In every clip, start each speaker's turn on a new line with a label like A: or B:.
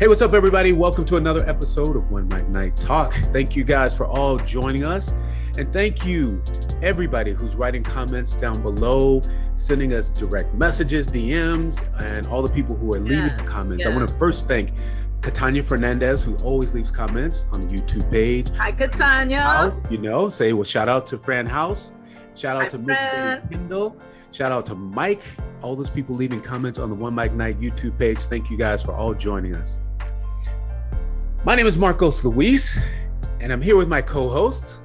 A: Hey, what's up, everybody? Welcome to another episode of One Mic Night Talk. Thank you guys for all joining us. And thank you, everybody who's writing comments down below, sending us direct messages, DMs, and all the people who are leaving
B: Yes,
A: comments. I
B: yes.
A: want to first thank Catania Fernandez, who always leaves comments on the YouTube page.
B: Hi, Catania.
A: House, you know, say, well, shout out to Fran House. Shout out
B: Hi,
A: to Miss Billy
B: Fran.
A: Kendall. Shout out to Mike. All those people leaving comments on the One Mike Night YouTube page. Thank you guys for all joining us. My name is Marcos Luis, and I'm here with my co host.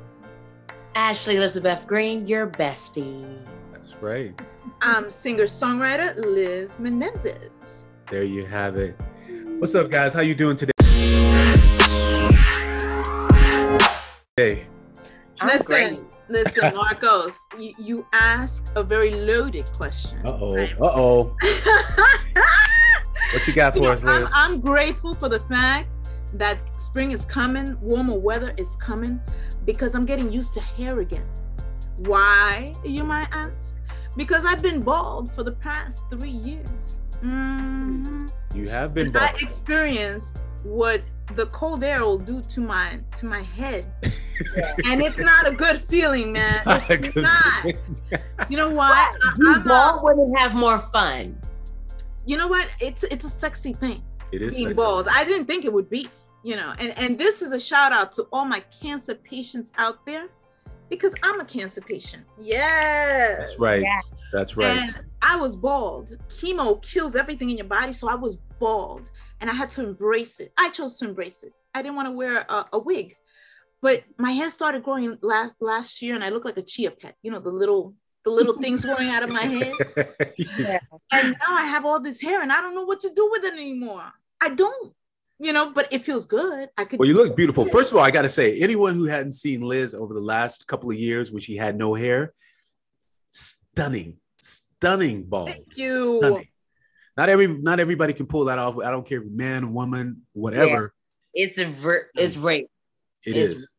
C: Ashley Elizabeth Green, your bestie.
A: That's right.
B: I'm singer songwriter Liz Menezes.
A: There you have it. What's up, guys? How you doing today? Hey,
C: I'm
B: Listen.
C: great.
B: Listen, Marcos, you, you asked a very loaded question.
A: uh oh, uh oh. What you got
B: You
A: for
B: know,
A: us,
B: I'm,
A: Liz?
B: I'm grateful for the fact that spring is coming, warmer weather is coming, because I'm getting used to hair again. Why, you might ask? Because I've been bald for the past three years. Mhm.
A: You have been
B: I
A: bald.
B: experienced what the cold air will do to my to my head, and it's not a good feeling, man.
A: It's not a
B: It's
A: good
B: not.
A: feeling.
B: You know what? I,
C: You
B: I'm
C: all
B: a,
C: wouldn't have more fun.
B: you know what? It's it's a sexy thing
A: It is
B: being
A: sexy.
B: bald. I didn't think it would be, you know. And and this is a shout out to all my cancer patients out there, because I'm a cancer patient. Yes.
A: That's right.
C: Yeah.
A: That's right.
B: And I was bald. Chemo kills everything in your body. So I was bald and I had to embrace it. I chose to embrace it. I didn't want to wear a, a wig. But my hair started growing last last year and I looked like a chia pet, you know, the little the little things growing out of my head. And now I have all this hair and I don't know what to do with it anymore. I don't, you know, but it feels good. I could
A: well, you look beautiful. First of all, I got to say, anyone who hadn't seen Liz over the last couple of years when she had no hair, stunning, stunning bald.
B: thank you.
A: Stunning. Not every not everybody can pull that off. I don't care if you're man, woman, whatever
C: It's a ver- it's rape.
A: it
C: It's-
A: is.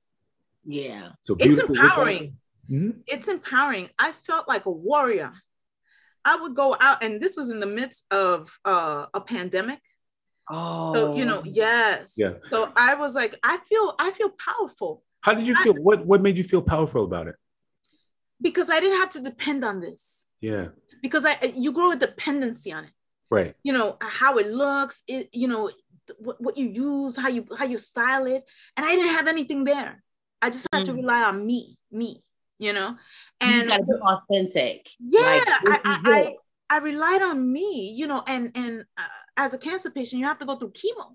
C: Yeah.
A: So
B: It's
A: beautiful. with
B: empowering.
A: that. Mhm.
B: it's empowering. I felt like a warrior. I would go out, and this was in the midst of uh, a pandemic.
C: Oh.
B: So you know, yes.
A: Yeah.
B: So I was like, I feel, I feel powerful
A: How did you feel? What what made you feel powerful about it?
B: because I didn't have to depend on this.
A: Yeah.
B: Because I, you grow a dependency on it.
A: Right.
B: You know how it looks. It, you know, what, what you use, how you how you style it, and I didn't have anything there. I just had to
C: Mhm.
B: rely on me, me. You know,
C: you
B: and
C: just gotta be authentic.
B: yeah
C: Like,
B: I,
C: this
B: I,
C: is it.
B: I I relied on me you know and and uh, as a cancer patient you have to go through chemo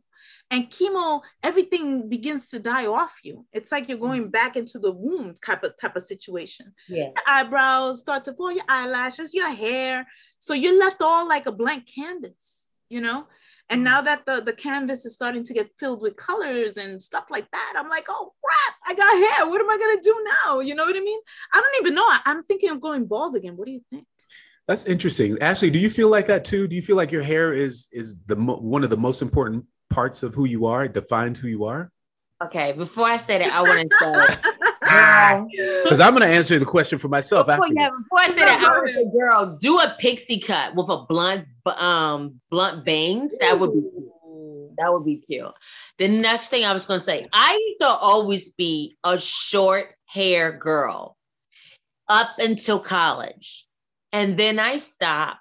B: and chemo everything begins to die off you it's like you're going back into the womb type of type of situation
C: yeah.
B: your eyebrows start to fall your eyelashes your hair so you're left all like a blank canvas you know and now that the, the canvas is starting to get filled with colors and stuff like that, I'm like, oh crap, I got hair. What am I gonna do now? You know what I mean? I don't even know. I, I'm thinking of going bald again. What do you think?
A: That's interesting. Ashley, do you feel like that too? Do you feel like your hair is is the mo- one of the most important parts of who you are? It defines who you are?
C: Okay. Before I say that, I want to say,
B: Ah.
C: girl,
A: Because I'm going to answer the question for myself.
B: Oh,
C: before,
A: afterwards.
C: yeah, before I say that, I want to say, girl, do a pixie cut with a blunt, um, blunt bangs. That would be cool. That would be cute. The next thing I was gonna say, I used to always be a short hair girl up until college. And then I stopped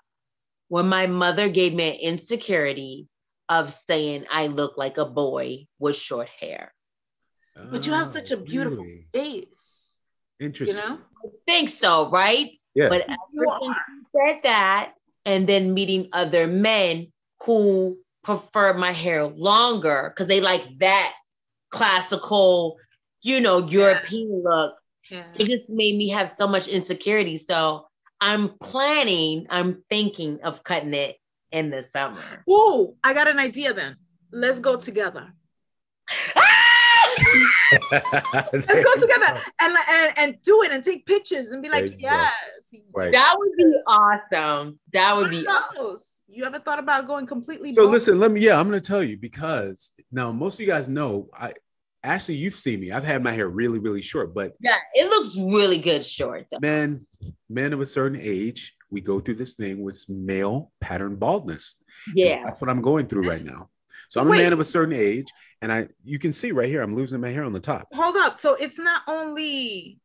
C: when my mother gave me an insecurity of saying I look like a boy with short hair.
B: But you have such a
A: Oh,
B: beautiful
A: really?
B: face. You
A: Interesting.
B: know?
C: Think so, right?
A: Yeah.
C: But
B: You
C: ever since
B: are.
C: you said that, and then meeting other men who prefer my hair longer because they like that classical, you know, European look.
B: Yeah.
C: It just made me have so much insecurity. So I'm planning, I'm thinking of cutting it in the summer.
B: Whoa, I got an idea then. Let's go together. Ah! Let's go together and, and and do it and take pictures and be
A: There
B: like,
A: you go.
B: yes.
A: Right.
C: that would be awesome. That would be
B: Who knows? You ever thought about going completely
A: So
B: bald?
A: listen, let me. Yeah, I'm going to tell you because now most of you guys know. I Ashley, you've seen me. I've had my hair really, really short, but
C: yeah, it looks really good short though.
A: men, men of a certain age, we go through this thing with male pattern baldness.
C: Yeah.
A: that's what I'm going through right now. So I'm a man
B: Wait.
A: of a certain age, and I you can see right here I'm losing my hair on the top.
B: Hold up. So it's not only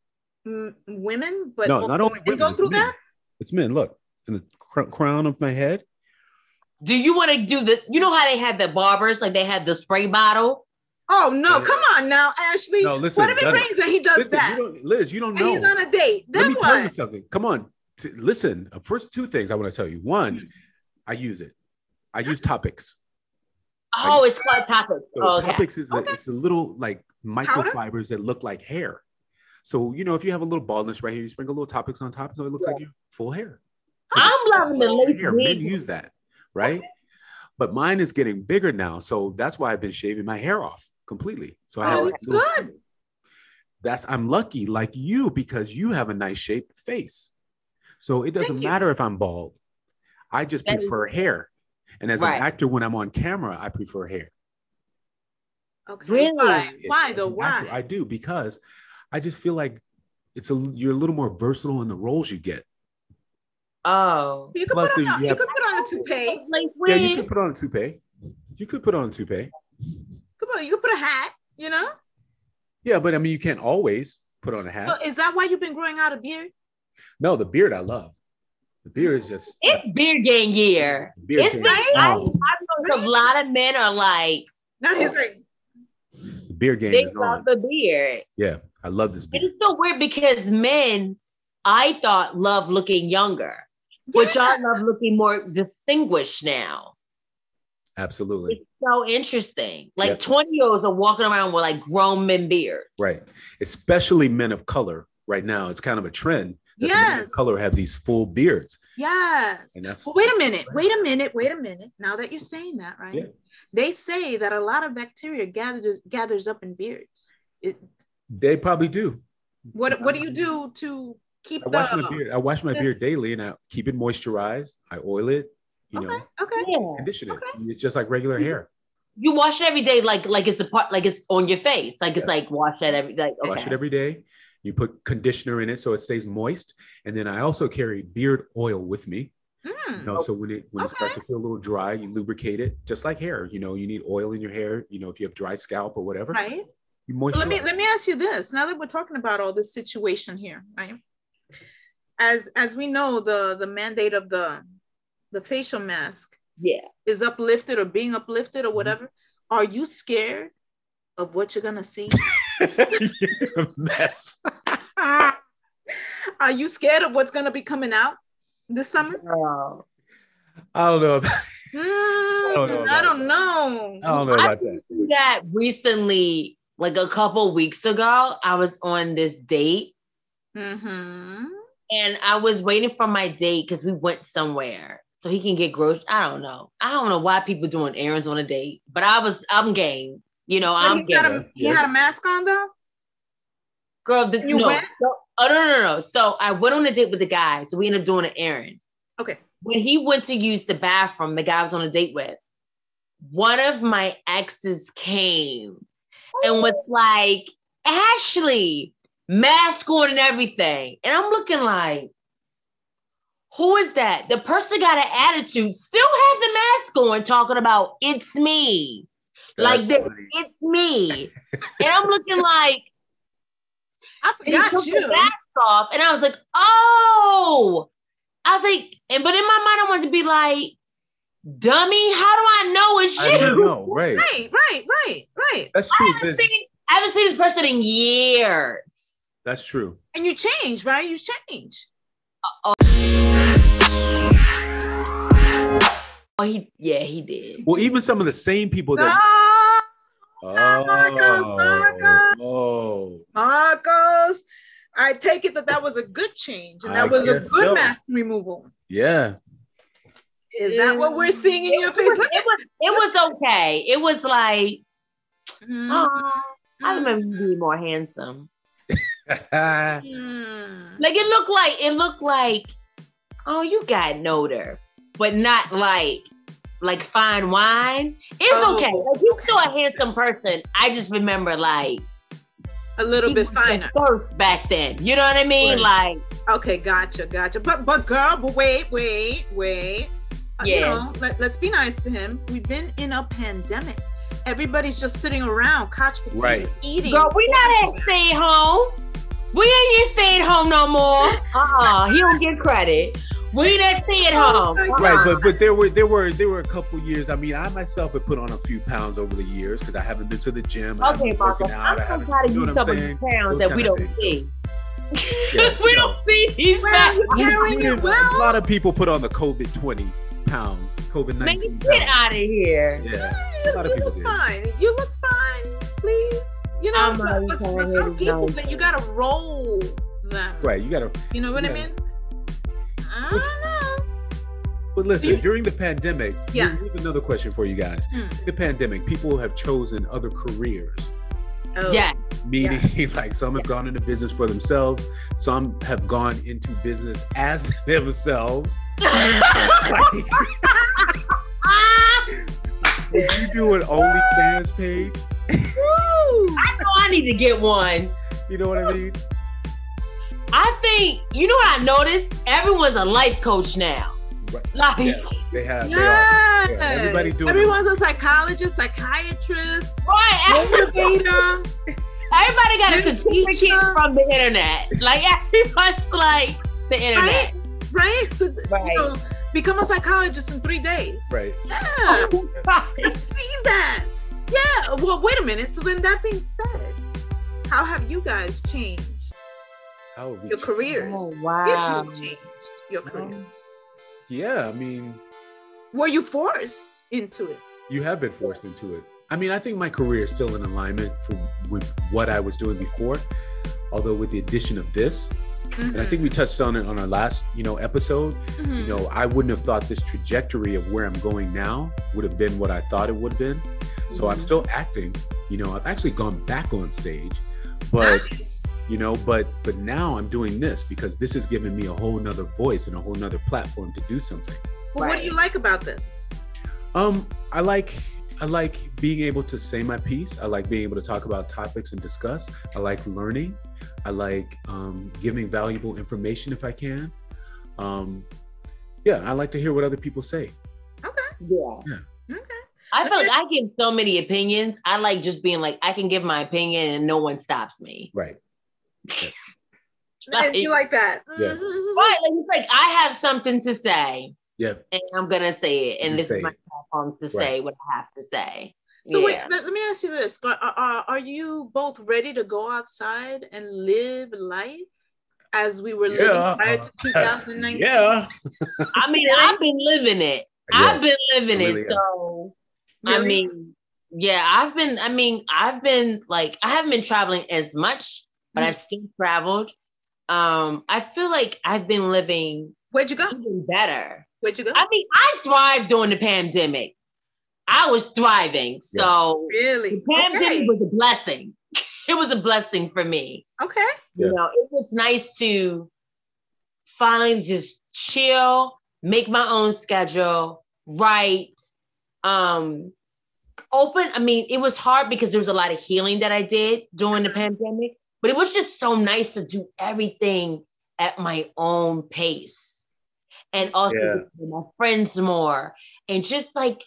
B: mm, women, but
A: no, it's not only
B: They
A: women.
B: go
A: it's
B: through
A: men.
B: that?
A: It's men. Look, in the cr- crown of my head.
C: Do you want to do the? You know how they had the barbers, like they had the spray bottle.
B: Oh no!
A: Yeah.
B: Come on now, Ashley.
A: No, listen,
B: what if it
A: Donna.
B: rains and he does
A: Listen, you
B: that?
A: don't, Liz, you don't
B: And
A: know.
B: he's on a date.
A: Let
B: Then
A: me
B: what?
A: tell you something. Come on. T- listen, uh, first two things I want to tell you. One, I use it. I use topics.
C: Oh, it's called topic.
A: So
C: Oh, okay.
A: Topics is the, it's a little like
B: Powder?
A: microfibers that look like hair. So you know, if you have a little baldness right here, you sprinkle little topics on top, so it looks like your full hair.
C: I'm loving the
A: Right
C: lace
A: here, men
C: wig.
A: use that, right? But mine is getting bigger now, so that's why I've been shaving my hair off completely. So I
B: Oh,
A: have like
B: that's
A: little
B: good.
A: stubble. That's I'm lucky, like you, because you have a nice shaped face. So it doesn't
B: Thank you.
A: matter if I'm bald. I just
C: That is-
A: prefer hair. And as
C: Right.
A: an actor, when I'm on camera, I prefer hair.
B: Okay.
C: Really?
B: Why?
A: it
B: Why
A: as
B: though?
A: an actor.
B: Why?
A: I do because I just feel like it's a you're a little more versatile in the roles you get.
C: Oh,
B: You could
A: Plus,
B: put
A: you
B: on, a, you
A: have-
B: could put on a toupee. You
C: lace
A: Yeah, you
C: wig.
A: could put on a toupee. You could put on a toupee.
B: could put, you could put a hat. You know.
A: Yeah, but I mean, you can't always put on a
B: So
A: hat.
B: is that why you've been growing out a beard?
A: No, the beard I love. The beard is just
C: It's beard gang year.
A: beard
C: it's
A: game.
C: been-
A: Oh,
C: A lot of men are like
B: Now he's like,
A: the beard game
C: they
A: is
C: love
A: on.
C: the beard.
A: I love this beard.
C: It's so weird because men, I thought, love looking younger, but y'all love looking more distinguished now.
A: Absolutely
C: It's so interesting.
A: Yeah.
C: Like 20 year olds are walking around with like grown men beards.
A: right, especially men of color. Right now, it's kind of a trend that the men of
B: Yes.
A: color have these full beards,
B: yes.
A: and that's
B: Well, wait a minute, wait a minute, wait a minute. Now that you're saying that, right?
A: Yeah.
B: They say that a lot of bacteria gathers gathers up in beards. It,
A: they probably do.
B: what what do you do to keep
A: I
B: the
A: wash my beard. I wash my beard
B: Yes.
A: daily, and I keep it moisturized. I oil it, you
B: okay,
A: know,
B: okay.
C: Yeah.
A: condition it. It's just like regular hair.
C: You wash it every day, like like it's a part, like it's on your face, like it's like wash that every like okay.
A: Wash it every day. You put conditioner in it so it stays moist, and then I also carry beard oil with me.
B: Mm.
A: You know, so when it when it starts to feel a little dry, you lubricate it, just like hair. You know, you need oil in your hair. You know, if you have dry scalp or whatever,
B: Right.
A: you
B: But
A: moisturize.
B: let me let me ask you this. Now that we're talking about all this situation here, right? As as we know, the the mandate of the the facial mask
C: Yeah.
B: is uplifted or being uplifted or
A: Mm-hmm.
B: whatever. Are you scared of what you're gonna see?
A: You're a mess.
B: Are you scared of what's gonna be coming out this summer?
C: Oh.
A: I don't know. About,
B: Mm,
A: don't know
B: I
A: about
B: don't know.
A: I don't know
C: I
A: about that.
C: That recently, like a couple weeks ago, I was on this date
B: Mm-hmm.
C: And I was waiting for my date because we went somewhere so he can get groceries. I don't know. I don't know why people doing errands on a date, but I was I'm game. You know, I'm
B: he, had
C: game.
B: a, he had a mask on though.
C: Girl, the,
B: You
C: no.
B: went?
C: Oh no, no, no, no. So I went on a date with the guy. So we ended up doing an errand.
B: Okay.
C: When he went to use the bathroom, the guy I was on a date with, one of my exes came and was like, Ashley, mask on and everything. And I'm looking like, who is that? The person got an attitude, still has the mask on, talking about it's me. Like
A: That's
C: that.
A: funny.
C: It's me. and I'm looking like,
B: I
C: and he
B: forgot
C: took
B: you.
C: The mask off, and I was like, oh. I was like, and but in my mind, I wanted to be like, dummy, how do I know it's
A: I don't
C: you?
A: know. Right.
B: Right, right, right, right.
A: That's true.
C: I haven't,
A: Liz.
C: seen, I haven't seen this person in years.
A: That's true.
B: And you change, right? You change.
C: Oh, he yeah, he did.
A: Well, even some of the same people that.
B: Ah, Marcos,
A: Oh,
B: Marcos.
A: oh,
B: Marcos. I take it that that was a good change and that
A: I
B: was a good
A: guess so.
B: mask removal.
A: yeah.
B: Is that what we're seeing in your face? Look at-
C: It was okay. It was like
B: Mm,
C: oh, I remember you being more handsome.
B: mm.
C: Like it looked like it looked like oh you got noter, but not like like fine wine. It's
B: Oh,
C: okay. Like you still a handsome person. I just remember like
B: a little
C: he
B: bit
C: was the
B: finer.
C: first back then. You know what I mean? Like
B: Okay, gotcha, gotcha. But but girl, but wait, wait, wait. yeah. you know, let, let's be nice to him. We've been in a pandemic. Everybody's just sitting around, couch potato,
A: Right.
B: eating.
C: Girl, we not at stay at home. We ain't at stay at home no more. Uh-uh. He don't get credit. We not stay at home.
B: Oh my
C: Uh-uh.
A: Right, but but there were there were there were a couple years. I mean, I myself have put on a few pounds over the years because I haven't been to the gym. I haven't
C: Okay,
A: been
C: Marco,
A: working out.
C: I'm
A: I
C: so
A: haven't-
C: tired of
A: you
C: you
A: know what I'm
C: covering
A: saying? Those
C: pounds that we
A: kinda
C: don't
A: things, so-
C: see.
A: Yeah,
C: we
A: you
C: don't see these
B: Well,
C: facts.
B: you
A: You-
B: carrying
A: you
B: it
A: didn't-
B: well.
A: A lot of people put on the COVID twenty pounds, COVID
C: Man,
A: nineteen.
C: get
A: pounds.
C: out of here.
A: Yeah,
B: you,
A: A lot of
B: you
A: people
B: look
A: do.
B: fine. You look fine, please. You know,
C: I'm
B: but,
C: not
B: but
C: even
B: for
C: here
B: some
C: to
B: people,
C: know.
B: then you gotta roll them.
A: right. You gotta.
B: You know what I
A: Yeah.
B: mean? I
A: Which-
B: don't know.
A: But listen, during the pandemic,
B: Yeah.
A: here- here's another question for you guys.
B: Hmm.
A: The pandemic, people have chosen other careers.
B: Oh,
C: Yeah.
A: meaning like some have gone into business for themselves some have gone into business as themselves like
C: Ah,
A: would you do an onlyfans page
B: Woo!
C: I know I need to get one.
A: you know what i mean
C: I think you know what I noticed? Everyone's a life coach now.
A: Right.
C: Like
A: Yeah. they have they are.
B: Yes.
A: Yeah, everybody doing it.
B: Everyone's a psychologist, psychiatrist,
C: right, everybody,
B: motivator.
C: everybody got a
B: You're a
C: certificate
B: teacher.
C: from the internet. Like everyone's like the internet.
B: right? Right? So,
C: Right.
B: You know, become a psychologist in three days.
A: right
B: Yeah. I've seen that. Yeah. Well, wait a minute. So then that being said, how have you guys changed
A: how would we
B: your
A: change?
B: careers?
C: Oh,
B: If
C: wow.
B: you changed your careers.
A: yeah i mean
B: um, Were you forced into it?
A: you have been forced into it i mean i think my career is still in alignment for with what i was doing before although with the addition of this and
B: Mm-hmm.
A: i think we touched on it on our last you know episode you know, I wouldn't have thought this trajectory of where I'm going now would have been what I thought it would have been. So I'm
C: Mhm.
A: still acting. You know, I've actually gone back on stage,
B: Ah!
A: but you know, but but now I'm doing this because this has given me a whole nother voice and a whole nother platform to do something.
B: Well, What do you like about this?
A: Um, I like I like being able to say my piece. I like being able to talk about topics and discuss. I like learning. I like um, giving valuable information if I can. Um, yeah, I like to hear what other people say.
C: Yeah.
B: Okay.
C: I feel like I give so many opinions. I like just being like, I can give my opinion and no one stops me.
A: Right.
C: Like-
B: you like that?
A: Yeah.
B: Mhm.
C: Right. Like it's like I have something to say.
A: Yeah.
C: And I'm gonna say it. And
A: You
C: this
A: say
C: is my
A: it.
C: platform to say what I have to say.
B: So wait,
C: Yeah.
B: let, let me ask you this: are, are, are you both ready to go outside and live life as we were
A: Yeah.
B: living prior to 2019?
A: Yeah.
C: I mean, I've been living it. I've been living
A: I really
C: it.
A: am.
C: So I
B: Really?
C: mean, yeah, I've been, I mean, I've been like, I haven't been traveling as much, but
B: Mm.
C: I've still traveled. Um, I feel like I've been living
B: where'd you go?
C: even better.
B: Where'd you go?
C: I mean, I thrived during the pandemic. I was thriving. So
B: really?
C: the pandemic
B: Okay.
C: was a blessing. it was a blessing for me.
B: okay.
A: Yeah.
C: You know, it was nice to finally just chill, make my own schedule, write, um, open. I mean, it was hard because there was a lot of healing that I did during the pandemic, but it was just so nice to do everything at my own pace and also
A: Yeah.
C: get to my friends more and just like,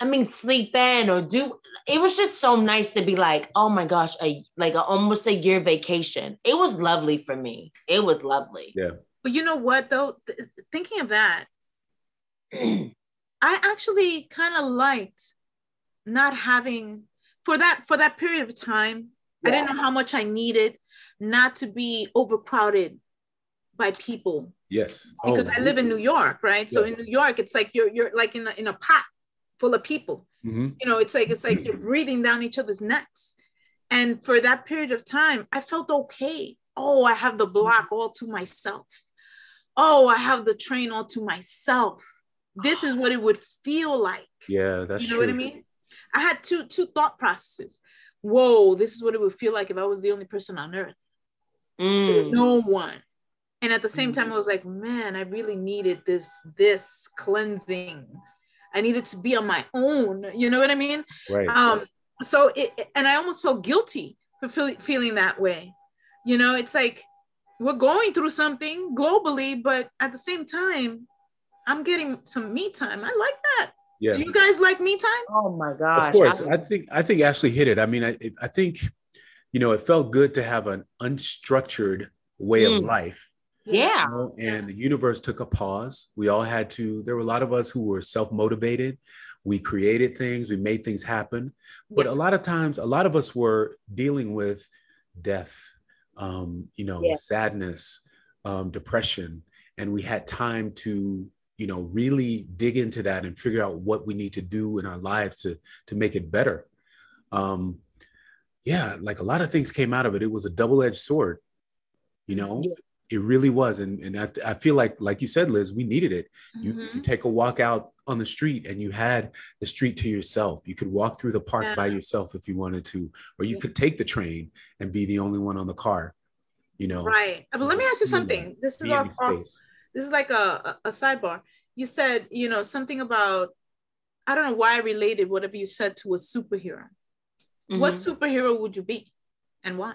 C: I mean, sleep in or do. It was just so nice to be like, oh my gosh, a, like a, almost a year vacation. It was lovely for me. It was lovely.
B: But you know what though? Th- thinking of that, I actually kind of liked not having for that for that period of time. I didn't know how much I needed not to be overcrowded by people
A: Yes.
B: because I live in New York, right? So
A: Oh, Yeah.
B: in New York, it's like you're you're like in a, in a pot full of people.
A: Mhm.
B: You know, it's like it's like you're breathing down each other's necks. And for that period of time, I felt okay. Oh, I have the block all to myself. Oh, I have the train all to myself. This is what it would feel like.
A: Yeah, that's
B: you know
A: true.
B: what I mean? I had two two thought processes. Whoa, this is what it would feel like if I was the only person on earth. There's
C: Mm.
B: no one. And at the same time,
A: Hmm.
B: I was like, man, I really needed this this cleansing. I needed to be on my own. You know what I mean?
A: Right.
B: Um, so it, and I almost felt guilty for feel, feeling that way. You know, it's like we're going through something globally, but at the same time, I'm getting some me time. I like that.
A: Yeah.
B: Do you guys like me time?
C: Oh my gosh.
A: of course. I, think I think Ashley hit it. I mean, I I think, you know, it felt good to have an unstructured way of
C: Mm.
A: life.
C: yeah.
A: you know, and the universe took a pause. We all had to. There were a lot of us who were self motivated. We created things. We made things happen. But uh,
B: Yeah.
A: a lot of times, a lot of us were dealing with death, um, you know,
C: Yeah.
A: sadness, um, depression, and we had time to you know really dig into that and figure out what we need to do in our lives to to make it better um yeah like a lot of things came out of it it was a double-edged sword you know
C: Yeah.
A: it really was and and I, I feel like like you said liz we needed it you, you
B: Mhm.
A: take a walk out on the street and you had the street to yourself you could walk through the park by yourself if you wanted to or you
B: Yeah.
A: could take the train and be the only one on the car you know
B: Right. Uh, But let me ask you
A: Mm.
B: something. This is
A: be in
B: off, off
A: space
B: this is like a, a a sidebar. You said, you know, something about I don't know why I related whatever you said to a superhero. What
C: Mm-hmm.
B: superhero would you be and why?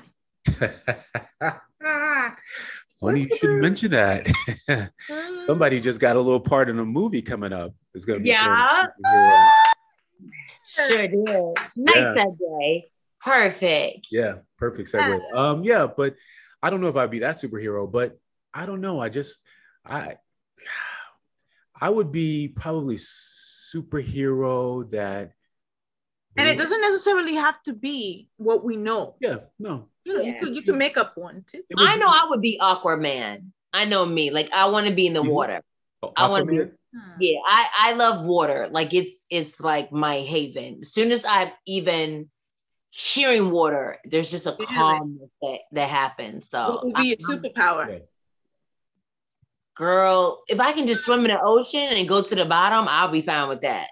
A: funny you should mention that somebody just got a little part in a movie coming up it's gonna be
C: Yeah.
A: yeah
C: Sure did. Nice
A: Yeah.
C: that day. Perfect.
A: Yeah, perfect segue. Um, yeah, but I don't know if I'd be that superhero, but I don't know. I just I I would be probably superhero that
B: And it doesn't necessarily have to be what we know.
A: Yeah, no.
B: You know,
C: Yeah.
B: you, could, you can make up one too.
A: It would
C: I know
A: be
C: I would be Aquaman. I know me. Like I want to be in the
A: You?
C: water. I wanna be-
A: Aquaman.
B: Hmm.
C: Yeah, I I love water. Like it's it's like my haven. As soon as I'm even hearing water, there's just a
B: Really?
C: calmness that that happens.
B: What
C: So
B: would be your
C: I'm-
B: superpower?
C: girl, if I can just swim in the ocean and go to the bottom, I'll be fine with that.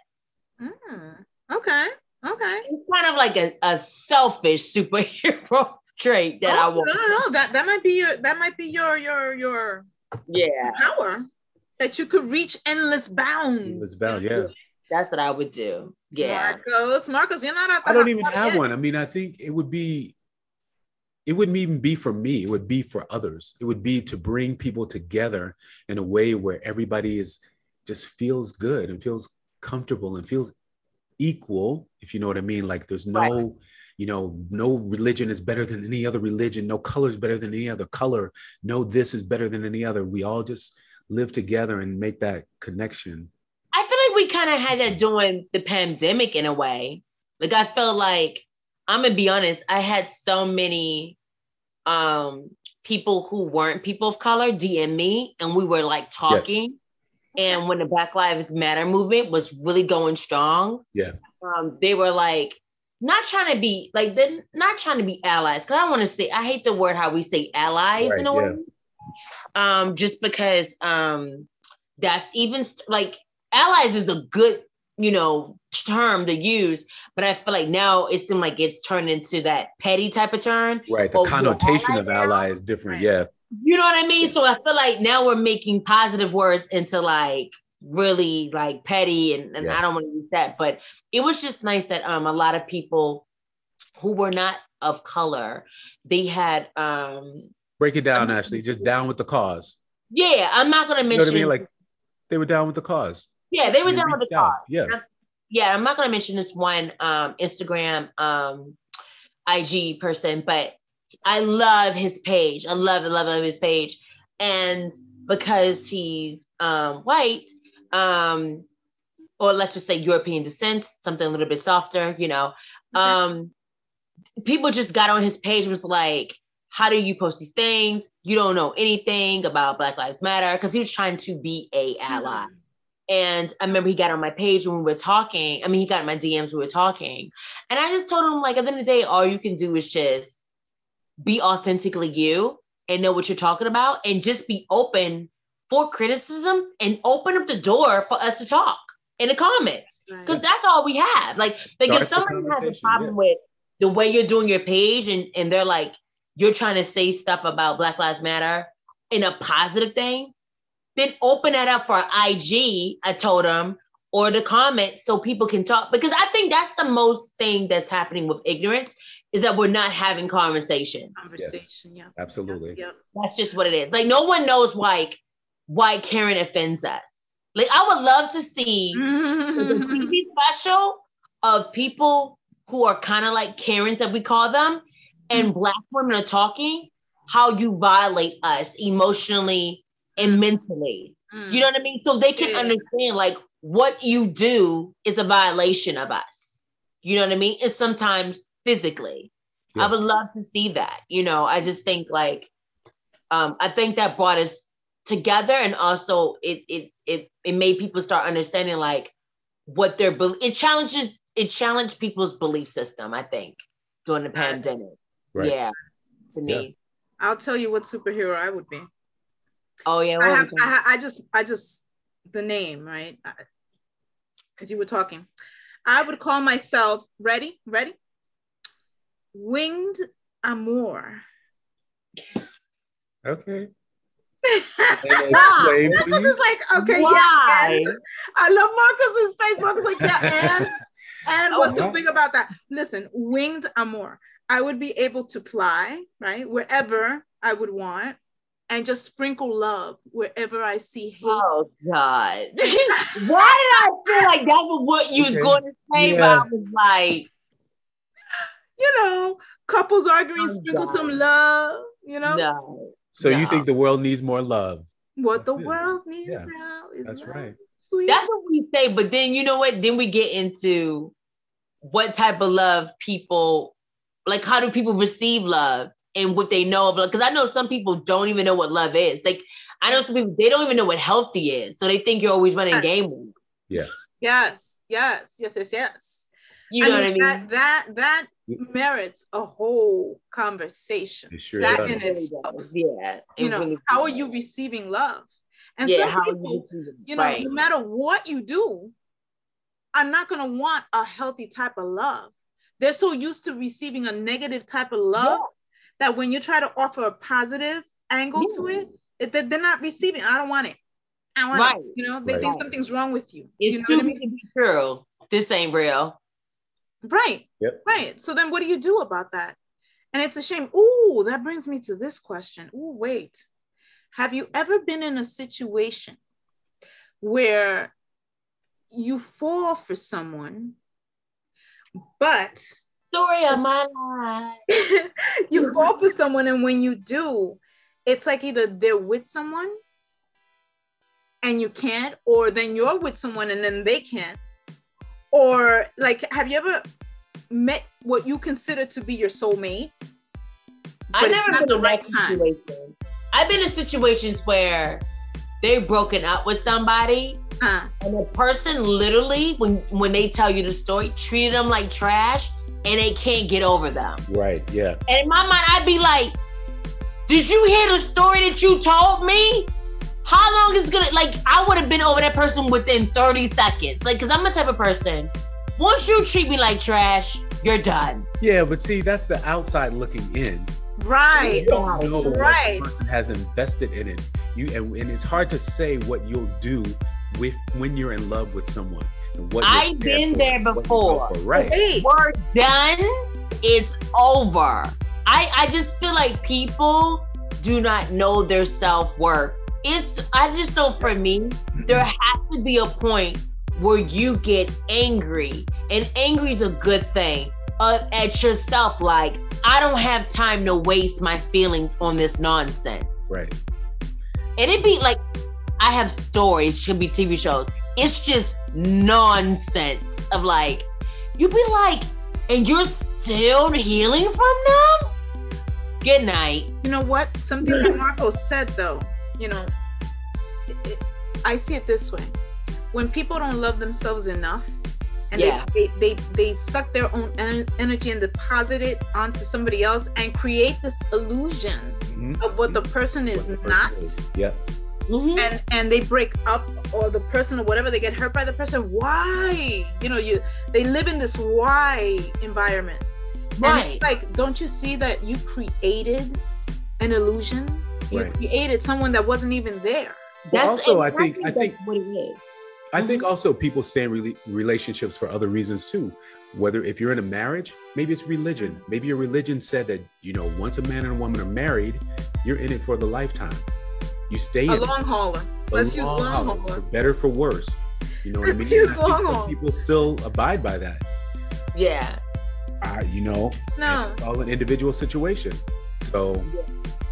B: Mm, Okay. Okay.
C: It's kind of like a, a selfish superhero trait that I
B: Oh,
C: want.
B: No, no, no. That that might be your that might be your your your
C: Yeah,
B: power that you could reach endless bounds.
A: Endless bound, yeah.
C: that's what I would do. Yeah.
B: Marcos, Marcos, you're not out the
A: I don't
B: hot
A: even
B: tub
A: have
B: yet.
A: one. I mean, I think it would be it wouldn't even be for me. It would be for others. It would be to bring people together in a way where everybody is just feels good and feels comfortable and feels equal, if you know what I mean. Like there's no,
C: Right.
A: you know, no religion is better than any other religion, no color is better than any other color, no this is better than any other. We all just live together and make that connection.
C: I feel like we kind of had that during the pandemic in a way. Like I felt like I'm gonna be honest, I had so many um people who weren't people of color DM me and we were like talking. And when the Black Lives Matter movement was really going strong,
A: Yeah.
C: um, they were like not trying to be like they're not trying to be allies. Cause I don't want to say I hate the word how we say allies
A: Right,
C: in a way. Um, just because um that's even st- like allies is a good you know term to use but i feel like now it seems like it's turned into that petty type of turn
A: Right. The
C: Well, we're
A: connotation
C: ally
A: of
C: now.
A: ally is different.
B: Right.
A: Yeah.
C: you know what i mean so i feel like now we're making positive words into like really like petty and, and
A: Yeah.
C: i don't want to use that but it was just nice that um a lot of people who were not of color they had um
A: Break it down,
C: Mhm.
A: Ashley. Just down with the cause.
C: yeah i'm not gonna mention
A: You know what I mean? Like they were down with the cause.
C: yeah they were
A: They
C: down with the
A: reached out.
C: cause
A: Yeah.
C: yeah, I'm not gonna mention this one um Instagram um IG person, but I love his page. I love, I love, love his page. And because he's um white, um, or let's just say European descent, something a little bit softer, you know. Um people just got on his page was like, How do you post these things? You don't know anything about Black Lives Matter, because he was trying to be a ally. And I remember he got on my page when we were talking. I mean, he got in my DMs, we were talking. And I just told him, like, at the end of the day, all you can do is just be authentically you and know what you're talking about and just be open for criticism and open up the door for us to talk in the comments.
B: Right.
C: Because that's all we have. Like, like
A: Start
C: if
A: the
C: somebody has a
A: conversation,
C: problem
A: yeah.
C: with the way you're doing your page and, and they're like, you're trying to say stuff about Black Lives Matter in a positive thing, then open that up for IG, I told them, or the comments so people can talk. Because I think that's the most thing that's happening with ignorance is that we're not having conversations.
B: Conversation, yeah.
A: Absolutely.
B: Yep.
C: That's just what it is. Like no one knows like why Karen offends us. Like I would love to see a TV special of people who are kind of like Karens that we call them, and black women are talking how you violate us emotionally and mentally.
B: Mm.
C: You know what I mean? So they can
D: Yeah.
C: understand like what you do is a violation of us. You know what I mean? It's sometimes physically.
A: Yeah.
C: I would love to see that. You know, I just think like um I think that brought us together and also it it it it made people start understanding like what their bel it challenges it challenged people's belief system, I think, during the pandemic.
A: Right.
C: Yeah. To me.
A: Yeah.
B: I'll tell you what superhero I would be.
C: Oh yeah.
B: I,
C: what
B: have,
C: was
B: I,
C: that?
B: ha- I just, I just, the name, right? Because you were talking, I would call myself ready, ready, winged amour.
A: Okay.
B: Marcus
A: And explain, please.
B: is like, okay, yeah.
C: Why?
B: and- I love Marcus's face. Marcus like, yeah, and and
C: Oh,
B: what's
A: yeah.
B: the thing about that? Listen, winged amour. I would be able to fly, right? Wherever I would want, and just sprinkle love wherever I see hate.
C: Oh God! Why did I feel like that was what you was
A: Okay.
C: going to say?
A: Yeah.
C: But I was like,
B: you know, couples arguing,
C: I'm
B: sprinkle
C: done.
B: some love, you know.
C: Oh, no.
A: So you
C: No.
A: think the world needs more love?
B: What the
A: That's it.
B: world needs
A: Yeah.
B: now is
A: That's
B: love,
A: right.
B: Sweet.
C: That's what we say. But then you know what? Then we get into what type of love people like. How do people receive love and what they know of love? Because I know some people don't even know what love is. Like I know some people they don't even know what healthy is, so they think you're always running
B: Yes.
C: game. with them.
B: yes, yes, yes, yes, yes.
C: You know what I mean?
B: That that, that
A: Yeah.
B: merits a whole conversation.
A: It sure
B: That
A: does.
B: in itself,
C: yeah.
B: you
C: it
B: know,
C: really
B: how are
C: does.
B: you receiving love? And
C: yeah,
B: some
C: how
B: people,
C: you, receive it.
B: you know,
C: Right.
B: no matter what you do, I'm not gonna want a healthy type of love. They're so used to receiving a negative type of love that when you try to offer a positive angle to
C: Yeah.
B: it, it, they- they're not receiving. I don't want it. I don't want
C: Right.
B: it. You know, they think
C: Right.
B: something's wrong with you. you know
C: It's
B: what I
C: too
B: mean?
C: good to be true. This ain't real.
B: Right.
A: Yep.
B: Right. So then what do you do about that? And it's a shame. Ooh, that brings me to this question. Ooh, wait. Have you ever been in a situation where you fall for someone, but
C: Story of my life.
B: you fall for someone, and when you do, it's like either they're with someone and you can't, or then you're with someone and then they can't. Or like, have you ever met what you consider to be your soulmate?
C: I
B: But
C: never
B: not
C: been
B: the
C: in
B: right
C: that
B: time.
C: situation. I've been in situations where they've broken up with somebody
B: Uh,
C: and the person literally when when they tell you the story treated them like trash and they can't get over them.
A: Right. Yeah.
C: And in my mind, I'd be like, Did you hear the story that you told me? How long is it gonna like I would have been over that person within 30 seconds. Like, cause I'm the type of person, once you treat me like trash, you're done.
A: Yeah, but see, that's the outside looking in.
B: right.
A: You
C: Mm-hmm.
A: don't know what the
B: Right.
A: person has invested in it. You and, and it's hard to say what you'll do with when you're in love with someone. And what you're
C: I've
A: there
C: been
A: for,
C: there
A: what you go
C: before.
A: for, Right.
B: Wait.
C: We're done. It's over. I, I just feel like people do not know their self worth. It's I just know for me, there has to be a point where you get angry, and angry is a good thing uh, at yourself. Like I don't have time to waste my feelings on this nonsense.
A: Right.
C: And it'd be like, I have stories, should be TV shows. It's just nonsense of like, you'd be like, and you're still healing from them? Good night.
B: You know what? Something that Marco said, though, you know, it, it, I see it this way. When people don't love themselves enough, and
C: Yeah.
B: they, they, they, they suck their own en- energy and deposit it onto somebody else and create this illusion
A: Mhm.
B: of what the person is
A: What the person
B: not.
A: is. Yeah.
C: Mhm.
B: And, and they break up or the person or whatever they get hurt by the person why you know you they live in this why environment and
C: Right.
B: it's like, don't you see that you created an illusion? You
A: Right.
B: created someone that wasn't even there.
A: Well, also, I think- I
C: that's
A: think-
C: what it is.
A: I think
B: Mm-hmm.
A: also people stay in rela- relationships for other reasons too. Whether if you're in a marriage, maybe it's religion. Maybe your religion said that, you know, once a man and a woman are married, you're in it for the lifetime. You stay
B: A
A: in it.
B: long hauler. Let's use long
A: hours,
B: haul.
A: for better for worse. You know what I mean?
B: Let's use
A: And I think
B: long
A: some
B: haul.
A: People still abide by that.
C: Yeah.
A: I, you know, and
B: No.
A: it's all an individual situation. So
C: Yeah.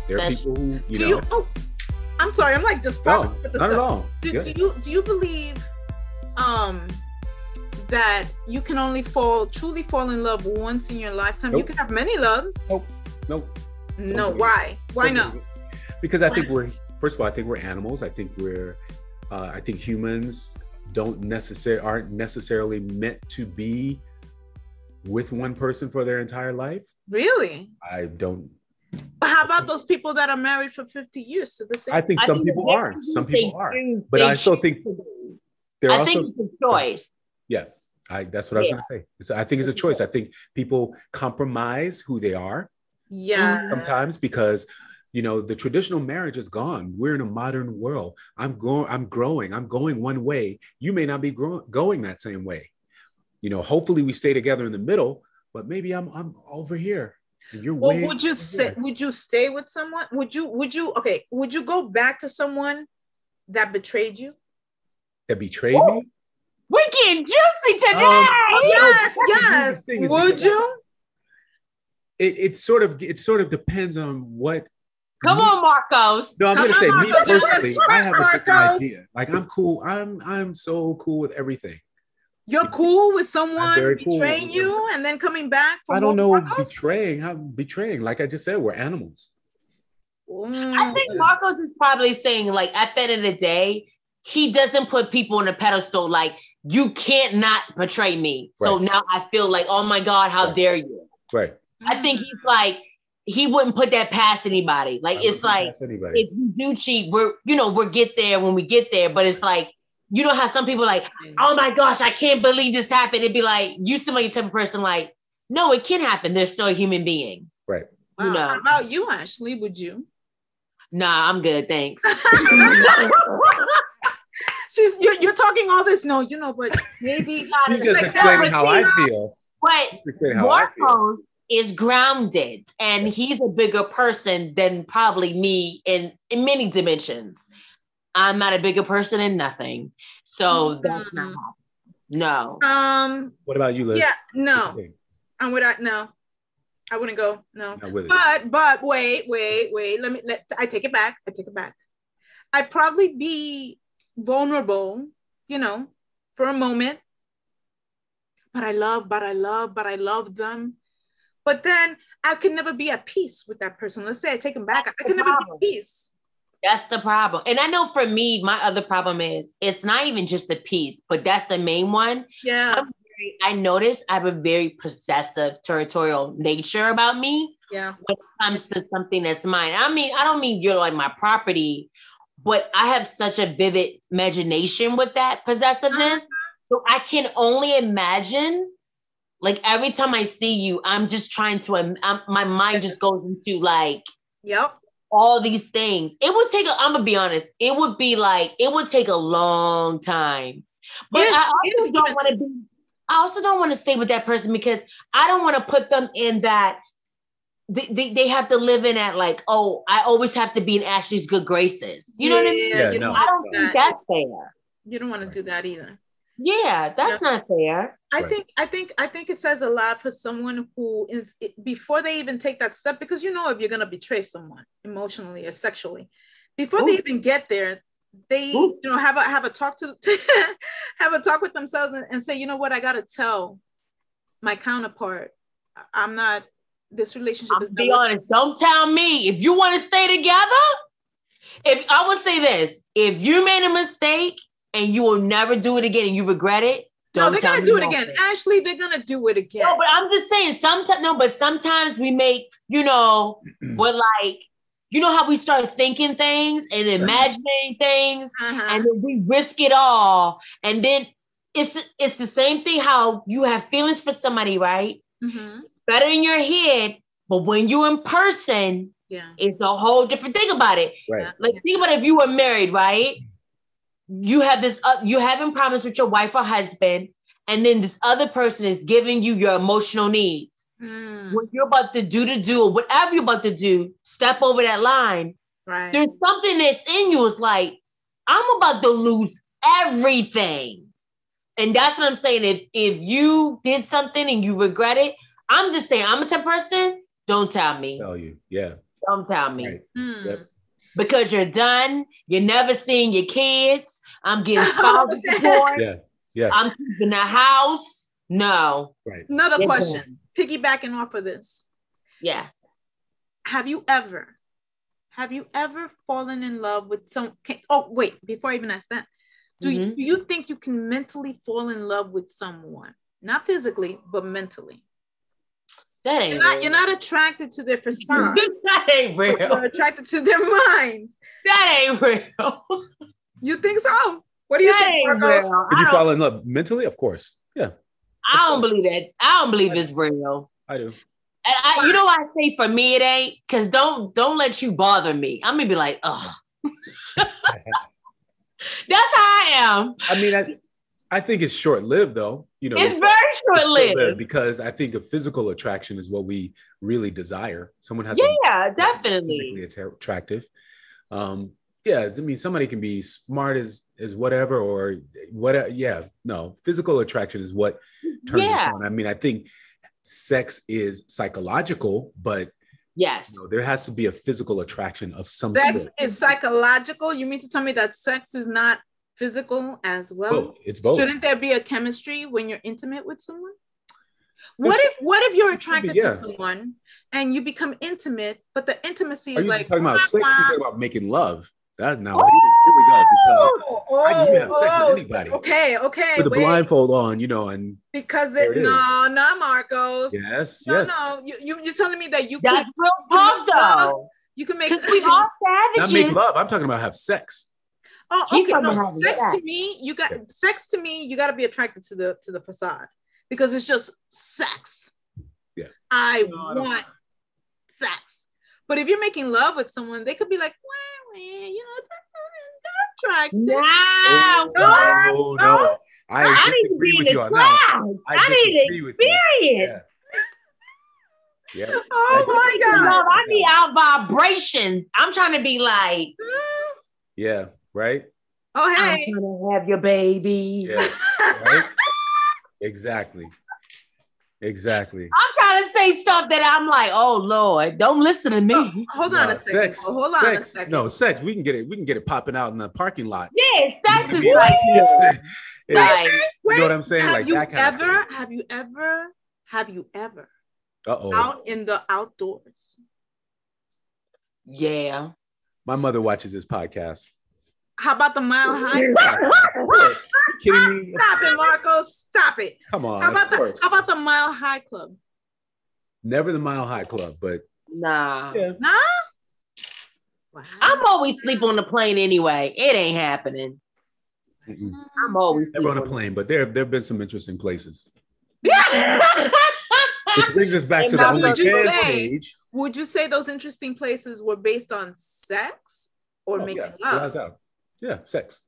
A: there are
C: That's-
A: people who, you
B: do
A: know,
B: you? Oh, I'm sorry. I'm like just
A: no,
B: popping with the
A: not at
B: stuff.
A: all.
B: Do,
A: Yeah.
B: do you do you believe um that you can only fall truly fall in love once in your lifetime? You
A: Nope.
B: can have many loves.
A: Nope. Nope.
B: No.
A: believe it.
B: Why? Why
A: Don't
B: not?
A: believe it. Because I
B: Why
A: think
B: not?
A: we're first of all, I think we're animals. I think we're, uh, I think humans don't necessarily aren't necessarily meant to be with one person for their entire life.
B: Really?
A: I don't.
B: But how about those people that are married for 50 years to the same?
A: I think some
C: that
A: people
C: they-
A: are. Some
C: they
A: people are.
C: choose-
A: But
C: they
A: I still
C: choose
A: think
C: to be.
A: There are
C: I
A: also
C: think it's a choice.
A: Yeah, I, that's what I was going to say. It's, I think it's a choice. I think people compromise who they are
B: yeah.
A: sometimes because, you know, the traditional marriage is gone. We're in a modern world. I'm going. I'm growing. I'm going one way. You may not be grow- going that same way. You know, hopefully we stay together in the middle, but maybe I'm I'm over here and you're
B: Well,
A: way.
B: would you
A: over
B: say
A: here.
B: would you stay with someone? Would you would you okay, would you go back to someone that betrayed you?
A: that betrayed
C: Oh,
A: me?
C: We're getting juicy
A: Um,
C: today.
A: that's
B: yes,
A: the
B: yes.
A: easiest thing is
B: Would
A: because-
B: you?
A: It it sort of it sort of depends on what.
C: Come on, Marcos.
A: No, I'm
B: Come
A: gonna say
B: on,
A: me
B: Marcos, you're
A: personally.
B: smart,
A: I have a different
B: Marcos.
A: idea. Like I'm cool. I'm I'm so cool with everything.
B: You're cool with someone
A: very cool.
B: betraying you and then coming back? for
A: I don't know
B: more Marcos?
A: betraying. How betraying? Like I just said, we're animals.
B: Mm.
C: I think Marcos is probably saying, like, at the end of the day, he doesn't put people on a pedestal. Like, you can't not betray me. So now I feel like, oh my God, how
A: Right.
C: dare you?
A: Right.
C: I think he's like, he wouldn't put that past anybody. Like,
A: I
C: it's
A: wouldn't
C: like,
A: ask anybody.
C: if you do cheat, we're, you know, we'll get there when we get there. But it's like, you know how some people are like,
B: Mm.
C: oh my gosh, I can't believe this happened. It'd be like, you seem like a type of person like, no, it can happen. They're still a human being.
B: Wow.
C: you know.
B: How about you, Ashley? Would you?
C: Nah, I'm good. Thanks.
B: She's you're, you're talking all this. No, you know, but maybe
A: She's
B: Like,
A: just
B: that
A: explaining
B: was
A: how I feel.
C: But
A: She's explaining how I feel.
C: Marcos is grounded and he's a bigger person than probably me in, in many dimensions. I'm not a bigger person in nothing. So that's not
B: Mm.
C: happening. No.
B: Um.
A: What about you, Liz?
B: Yeah.
A: What
B: No.
A: do you think?
B: I would. I no. I wouldn't go. No.
A: Not with it.
B: But but wait wait wait. Let me. Let I take it back. I take it back. I'd probably be vulnerable. You know, for a moment. But I love. But I love. But I love them. But then I could never be at peace with that person. Let's say I take him back. I could never be at peace.
C: That's the problem. And I know for me, my other problem is it's not even just the piece, but that's the main one.
B: Yeah.
C: Um, I notice I have a very possessive, territorial nature about me
B: Yeah.
C: when it comes to something that's mine. I mean, I don't mean you're like my property, but I have such a vivid imagination with that possessiveness. So I can only imagine. Like every time I see you, I'm just trying to. im- I'm, my mind just goes into like
B: Yep.
C: all these things. It would take, a, I'm gonna be honest, it would be like, it would take a long time. But
B: Yes,
C: I also
B: yes,
C: don't
B: yes.
C: want to be, I also don't want to stay with that person because I don't want to put them in that. They, they, they have to live in that like oh I always have to be in Ashley's good graces you know what I mean
A: Yeah,
B: you
A: no.
B: don't
C: I
B: wanna
C: don't
B: do that.
C: think that's fair
B: You don't want to do that either.
C: yeah that's not fair
B: I
A: Right.
B: think I think I think it says a lot for someone who is it- before they even take that step because you know if you're gonna betray someone emotionally or sexually, before they
C: Ooh.
B: even get there, they
C: Ooh.
B: you know have a have a talk to have a talk with themselves and, and say you know what I gotta tell my counterpart I- I'm not this relationship
C: I'm
B: is
C: gonna
B: not
C: be
B: working."
C: honest. Don't tell me if you want to stay together. If I would say this, if you made a mistake and you will never do it again and you regret it,
B: no
C: don't
B: they're
C: tell
B: gonna
C: me
B: do it
C: nothing.
B: again Ashley they're gonna do it again
C: No, but I'm just saying. Sometimes no, but sometimes we make you know we're like you know how we start thinking things and imagining things,
B: Uh-huh.
C: and then we risk it all, and then it's it's the same thing. How you have feelings for somebody, right?
B: Mhm.
C: Better in your head, but when you're in person,
B: yeah
C: it's a whole different thing about it.
A: Right.
C: Like think about if you were married, right? You have this uh, you having problems with your wife or husband, and then this other person is giving you your emotional needs.
B: Mm,
C: What you're about to do to do, or whatever you're about to do, step over that line.
B: right
C: There's something that's in you. It's like I'm about to lose everything. And that's what I'm saying. If if you did something and you regret it, I'm just saying I'm a type of person. Don't tell me.
A: Tell you, yeah.
C: Don't tell me.
A: Right.
B: Hmm.
A: Yep.
C: Because you're done. You're never seeing your kids. I'm getting spousal support.
A: Yeah, yeah.
C: I'm keeping the house. No.
B: Another
C: Yeah.
B: question, piggybacking off of this.
C: Yeah.
B: Have you ever, have you ever fallen in love with some, can, oh, wait, before I even ask that, do, you,
A: Mm-hmm.
C: Mhm.
B: do you think you can mentally fall in love with someone? Not physically, but mentally.
C: That ain't
B: You're not,
C: real.
B: you're not attracted to their facade.
C: that ain't
B: but
C: real.
B: You're attracted to their mind.
C: That ain't real.
B: You think so? What do you
C: That
B: think?
C: ain't
B: Virgos?
C: real.
A: Did
C: I
A: you
C: don't,
A: fall in love mentally? Of course. Yeah,
C: I don't believe that. I don't believe it's real.
A: I do.
C: And I, you know why I say for me it ain't? Cause don't don't let you bother me. I'm gonna be like, oh. That's how I am.
A: I mean, I, I think it's short lived though. You know,
C: It's very short lived.
A: because I think a physical attraction is what we really desire. Someone has to be
C: Yeah,
A: physically
C: definitely.
A: atta- attractive. Um, yeah, I mean, somebody can be smart as as whatever or whatever. Yeah, no, physical attraction is what turns
C: Yeah.
A: us on. I mean, I think sex is psychological, but
C: Yes.
A: you know, there has to be a physical attraction of some
B: Sex
A: sort.
B: is psychological. You mean to tell me that sex is not physical as well?
A: Both. It's both.
B: Shouldn't there be a chemistry when you're intimate with someone? What if what if you're attracted
A: yeah.
B: to someone and you become intimate, but the intimacy
A: Are
B: is
A: you
B: like
A: just talking about sex? You're
B: "Wah,
A: talking about making love. That's now here, here we go. Because
B: wah."
A: I can have
B: Oh,
A: sex
B: oh,
A: with anybody
B: Okay, okay.
A: with a
B: wait,
A: blindfold on, you know, and
B: because
A: There
B: it,
A: it is.
B: no, no, Marcos.
A: yes,
B: No,
A: yes.
B: no. You, you you're telling me that you
C: That's
B: can
C: real talk though.
B: you can make
C: Because we are
A: Not make
C: savages.
A: love. I'm talking about have sex.
B: Oh,
C: She's
B: okay.
C: talking
B: No,
C: about having
B: sex
C: sex.
B: to me, you got sex to me. You got to be attracted to the to the facade because it's just sex.
A: Yeah.
B: I
A: No, I don't-
B: want sex, but if you're making love with someone, they could be like, well, eh, you know, that's not attractive.
C: Wow.
A: no, no. Oh, I
C: I need to
A: disagree
C: be in
A: with you
C: the
A: on that.
C: clouds.
A: I
C: I need
A: disagree with you.
C: experience.
A: Yeah.
B: Oh my
A: Yeah.
B: god.
C: Love, I need out vibrations. I'm trying to be like,
A: Yeah. Right.
B: Oh
C: I'm
B: hey.
C: trying to have your baby.
A: Yeah. Right. exactly. Exactly.
C: I'm trying to say stuff that I'm like, oh Lord, don't listen to me.
B: Oh, Hold on
A: No,
B: a second.
A: Sex.
B: though. Hold on
A: sex.
B: a second.
A: No, sex. We can get it. We can get it popping out in the parking lot.
C: Yeah, sex is
A: Yeah.
C: like,
A: Yeah.
C: like
A: you know what
B: Wait,
A: I'm saying?
B: have
A: Like
B: you
A: that kind
B: ever? Have you ever? Have you ever
A: of thing. Uh oh.
B: out in the outdoors?
C: yeah.
A: My mother watches this podcast.
B: How about the mile high?
A: Of course. You kidding me?
B: Stop it, Marco. Stop it.
A: Come on.
B: How about
A: Oh, of
B: the
A: course.
B: how about the Mile High Club?
A: Never the Mile High Club, but
C: Nah.
A: yeah.
B: Nah. Wow.
C: I'm always sleep on the plane anyway. It ain't happening.
A: Mm-mm.
C: I'm
B: Mm.
C: always
A: Never on a
C: sleep
A: plane, but there there have been some interesting places.
C: Yeah.
A: Which brings us back
B: And
A: to the
B: that's what you
A: OnlyFans
B: say.
A: page.
B: Would you say those interesting places were based on sex or
A: Oh,
B: making
A: yeah, without
B: love?
A: doubt. Yeah, sex.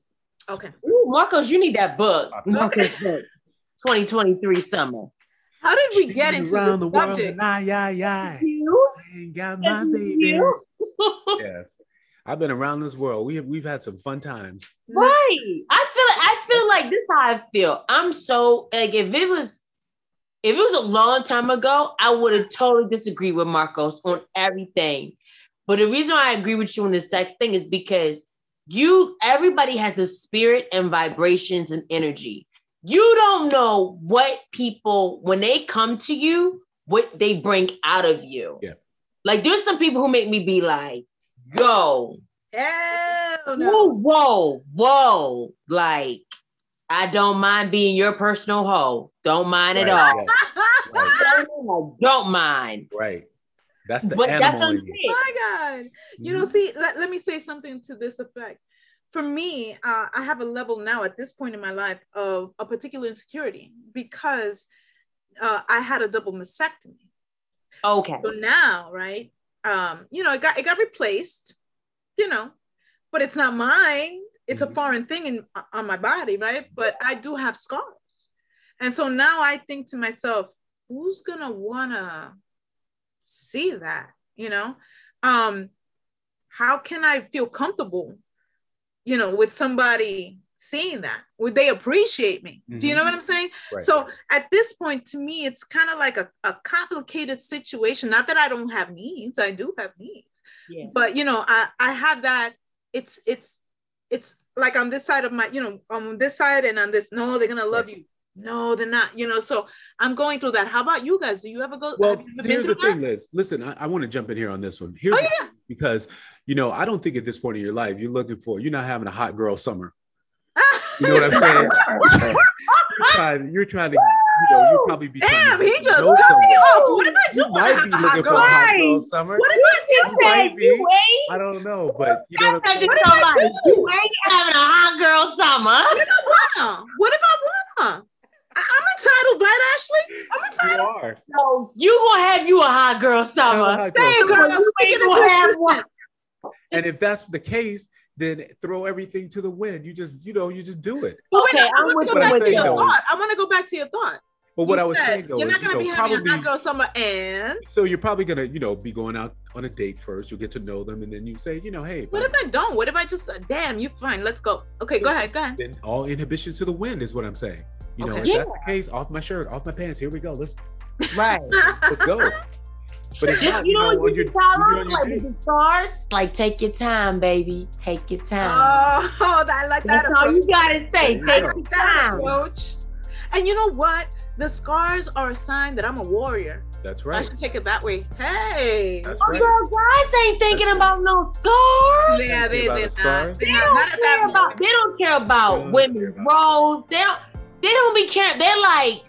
B: Okay.
C: Ooh, Marcos, you need that book.
A: Okay.
C: Marcos book. 2023 summer.
B: How did we get into
A: around the
B: this
A: world
B: subject?
A: and I, I,
C: You?
A: I ain't got my
C: And
A: baby.
C: you?
A: Yeah, I've been around this world. We have, we've had some fun times.
C: Right. I feel I feel like this is how I feel. I'm so like if it was if it was a long time ago, I would have totally disagreed with Marcos on everything. But the reason why I agree with you on the sex thing is because you everybody has a spirit and vibrations and energy. You don't know what people when they come to you, what they bring out of you.
A: Yeah.
C: Like there's some people who make me be like, yo,
B: Hell
C: Whoa,
B: no.
C: whoa, whoa. Like, I don't mind being your personal hoe. Don't mind at
A: Right,
C: all.
A: yeah, right,
C: I don't, don't mind.
A: right. That's the
C: But that's what
A: animal
C: I'm
A: in you.
C: saying.
B: my God. you
A: Mm-hmm.
B: know see let, let me say something to this effect for me uh, i have a level now at this point in my life of a particular insecurity because uh, i had a double mastectomy
C: Okay.
B: so now right um, you know it got it got replaced you know but it's not mine it's
A: Mhm.
B: a foreign thing in, on my body right but i do have scars and so now i think to myself who's gonna wanna see that you know um how can i feel comfortable you know, with somebody seeing that? Would they appreciate me? Mm-hmm. Do you know what I'm saying? Right. So at this point, to me, it's kind of like a, a complicated situation. Not that I don't have needs, I do have needs. Yeah. But you know, I, I have that. It's it's it's like on this side of my, you know, on this side and on this. No, they're gonna love right. you. No, they're not. You know, so I'm going through that. How about you guys? Do you ever go?
A: Well, so here's the that? thing, Liz. Listen, I, I want to jump in here on this one. Here's oh, yeah. because you know, I don't think at this point in your life you're looking for you're not having a hot girl summer. You know what I'm saying? you're, trying, you're trying to, you know, you probably be.
B: Damn, he just know cut me off. What am I doing? You
A: might be looking for a hot girl summer.
B: What am I doing?
A: You I don't know, but you know what I'm saying.
C: Somebody. You ain't having a hot girl summer.
B: What about Lana? What about Lana? I- I'm entitled, Black Ashley. I'm entitled.
C: You are. No, you gonna have you a hot girl summer. Damn, girl, you ain't gonna have one.
A: And if that's the case, then throw everything to the wind. You just, you know, you just do it.
B: But okay, wait, I, I want to go back to your thought. I want to go back to your thought.
A: But what you I was said, saying though,
B: you're not
A: going
B: to you know, be having probably, a hot girl summer, and
A: so you're probably going to, you know, be going out on a date first. You'll get to know them, and then you say, you know, hey.
B: What if I don't? What if I just, uh, damn, you're fine. Let's go. Okay, go ahead, go ahead.
A: Then all inhibitions to the wind is what I'm saying. You okay. know, if yeah. that's the case, off my shirt, off my pants. Here we go. Let's
C: right.
A: let's go.
C: But it's just not, you know, you, know, you, your, you like the stars. Like take your time, baby. Take your time.
B: Oh, I like that.
C: That's approach. all you gotta say. Take your time,
B: coach. And you know what? The scars are a sign that I'm a warrior.
A: That's right.
B: I should take it that way. Hey,
A: That's
C: oh,
A: right.
C: your guys ain't thinking That's about right. no scars.
B: Yeah, they,
A: they,
B: scars.
C: they, they don't care about. They don't care about don't women's care about roles. They don't. They don't be caring. They're like,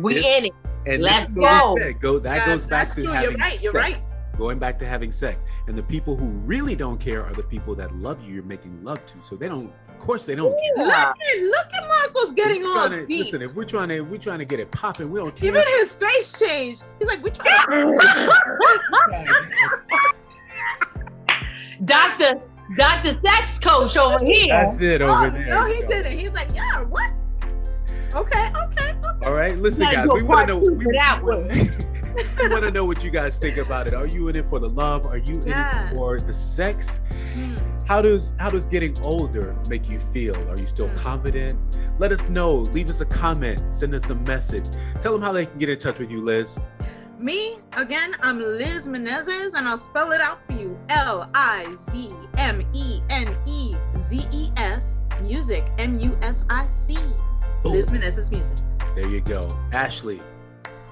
C: we
A: this,
C: in it.
A: And Let's go. go. That yes, goes back to true. having you're right, you're sex. Right. Going back to having sex. And the people who really don't care are the people that love you. You're making love to. So they don't. Of course, they don't
B: yeah. Look at, look at Michael's getting on.
A: To, listen, if we're trying to, we're trying to get it popping. We don't care.
B: Even his face changed. He's like, we trying.
C: Doctor, Doctor Sex Coach over here.
A: That's it over
B: oh,
A: there.
B: No, he did it. He's like, yeah, what? Okay, okay, okay.
A: All right, listen, guys. We want to know. We, want to know what you guys think about it. Are you in it for the love? Are you yeah. in it for the sex?
B: Hmm.
A: Mm. How does how does getting older make you feel? Are you still mm. confident? Let us know. Leave us a comment. Send us a message. Tell them how they can get in touch with you, Liz.
B: Me again. I'm Liz Menezes, and I'll spell it out for you. L I Z M E N E Z E S music. M U S I C. Boom. Liz Manessa's music.
A: There you go, Ashley.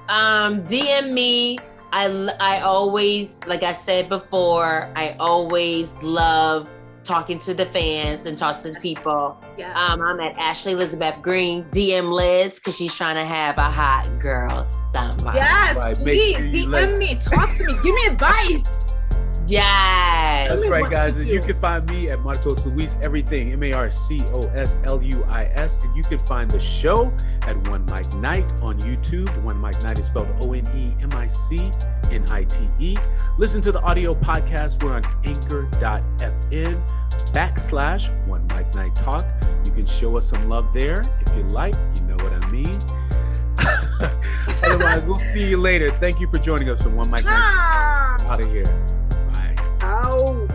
C: Um, DM me. I I always, like I said before, I always love talking to the fans and talk to the people. Yeah. Um, I'm at Ashley Elizabeth Green. DM Liz because she's trying to have a hot girl summer.
B: Yes, right, please DM let... me, talk to me, give me advice.
C: Yes.
A: That's right, guys. And you can find me at Marcos Luis, everything M A R C O S L U I S. And you can find the show at One Mic Night on YouTube. One Mic Night is spelled O N E M I C N I T E. Listen to the audio podcast. We're on anchor.fm backslash One Mic Night Talk. You can show us some love there if you like. You know what I mean. Otherwise, we'll see you later. Thank you for joining us from One Mic Night. Out of here.
B: Oh.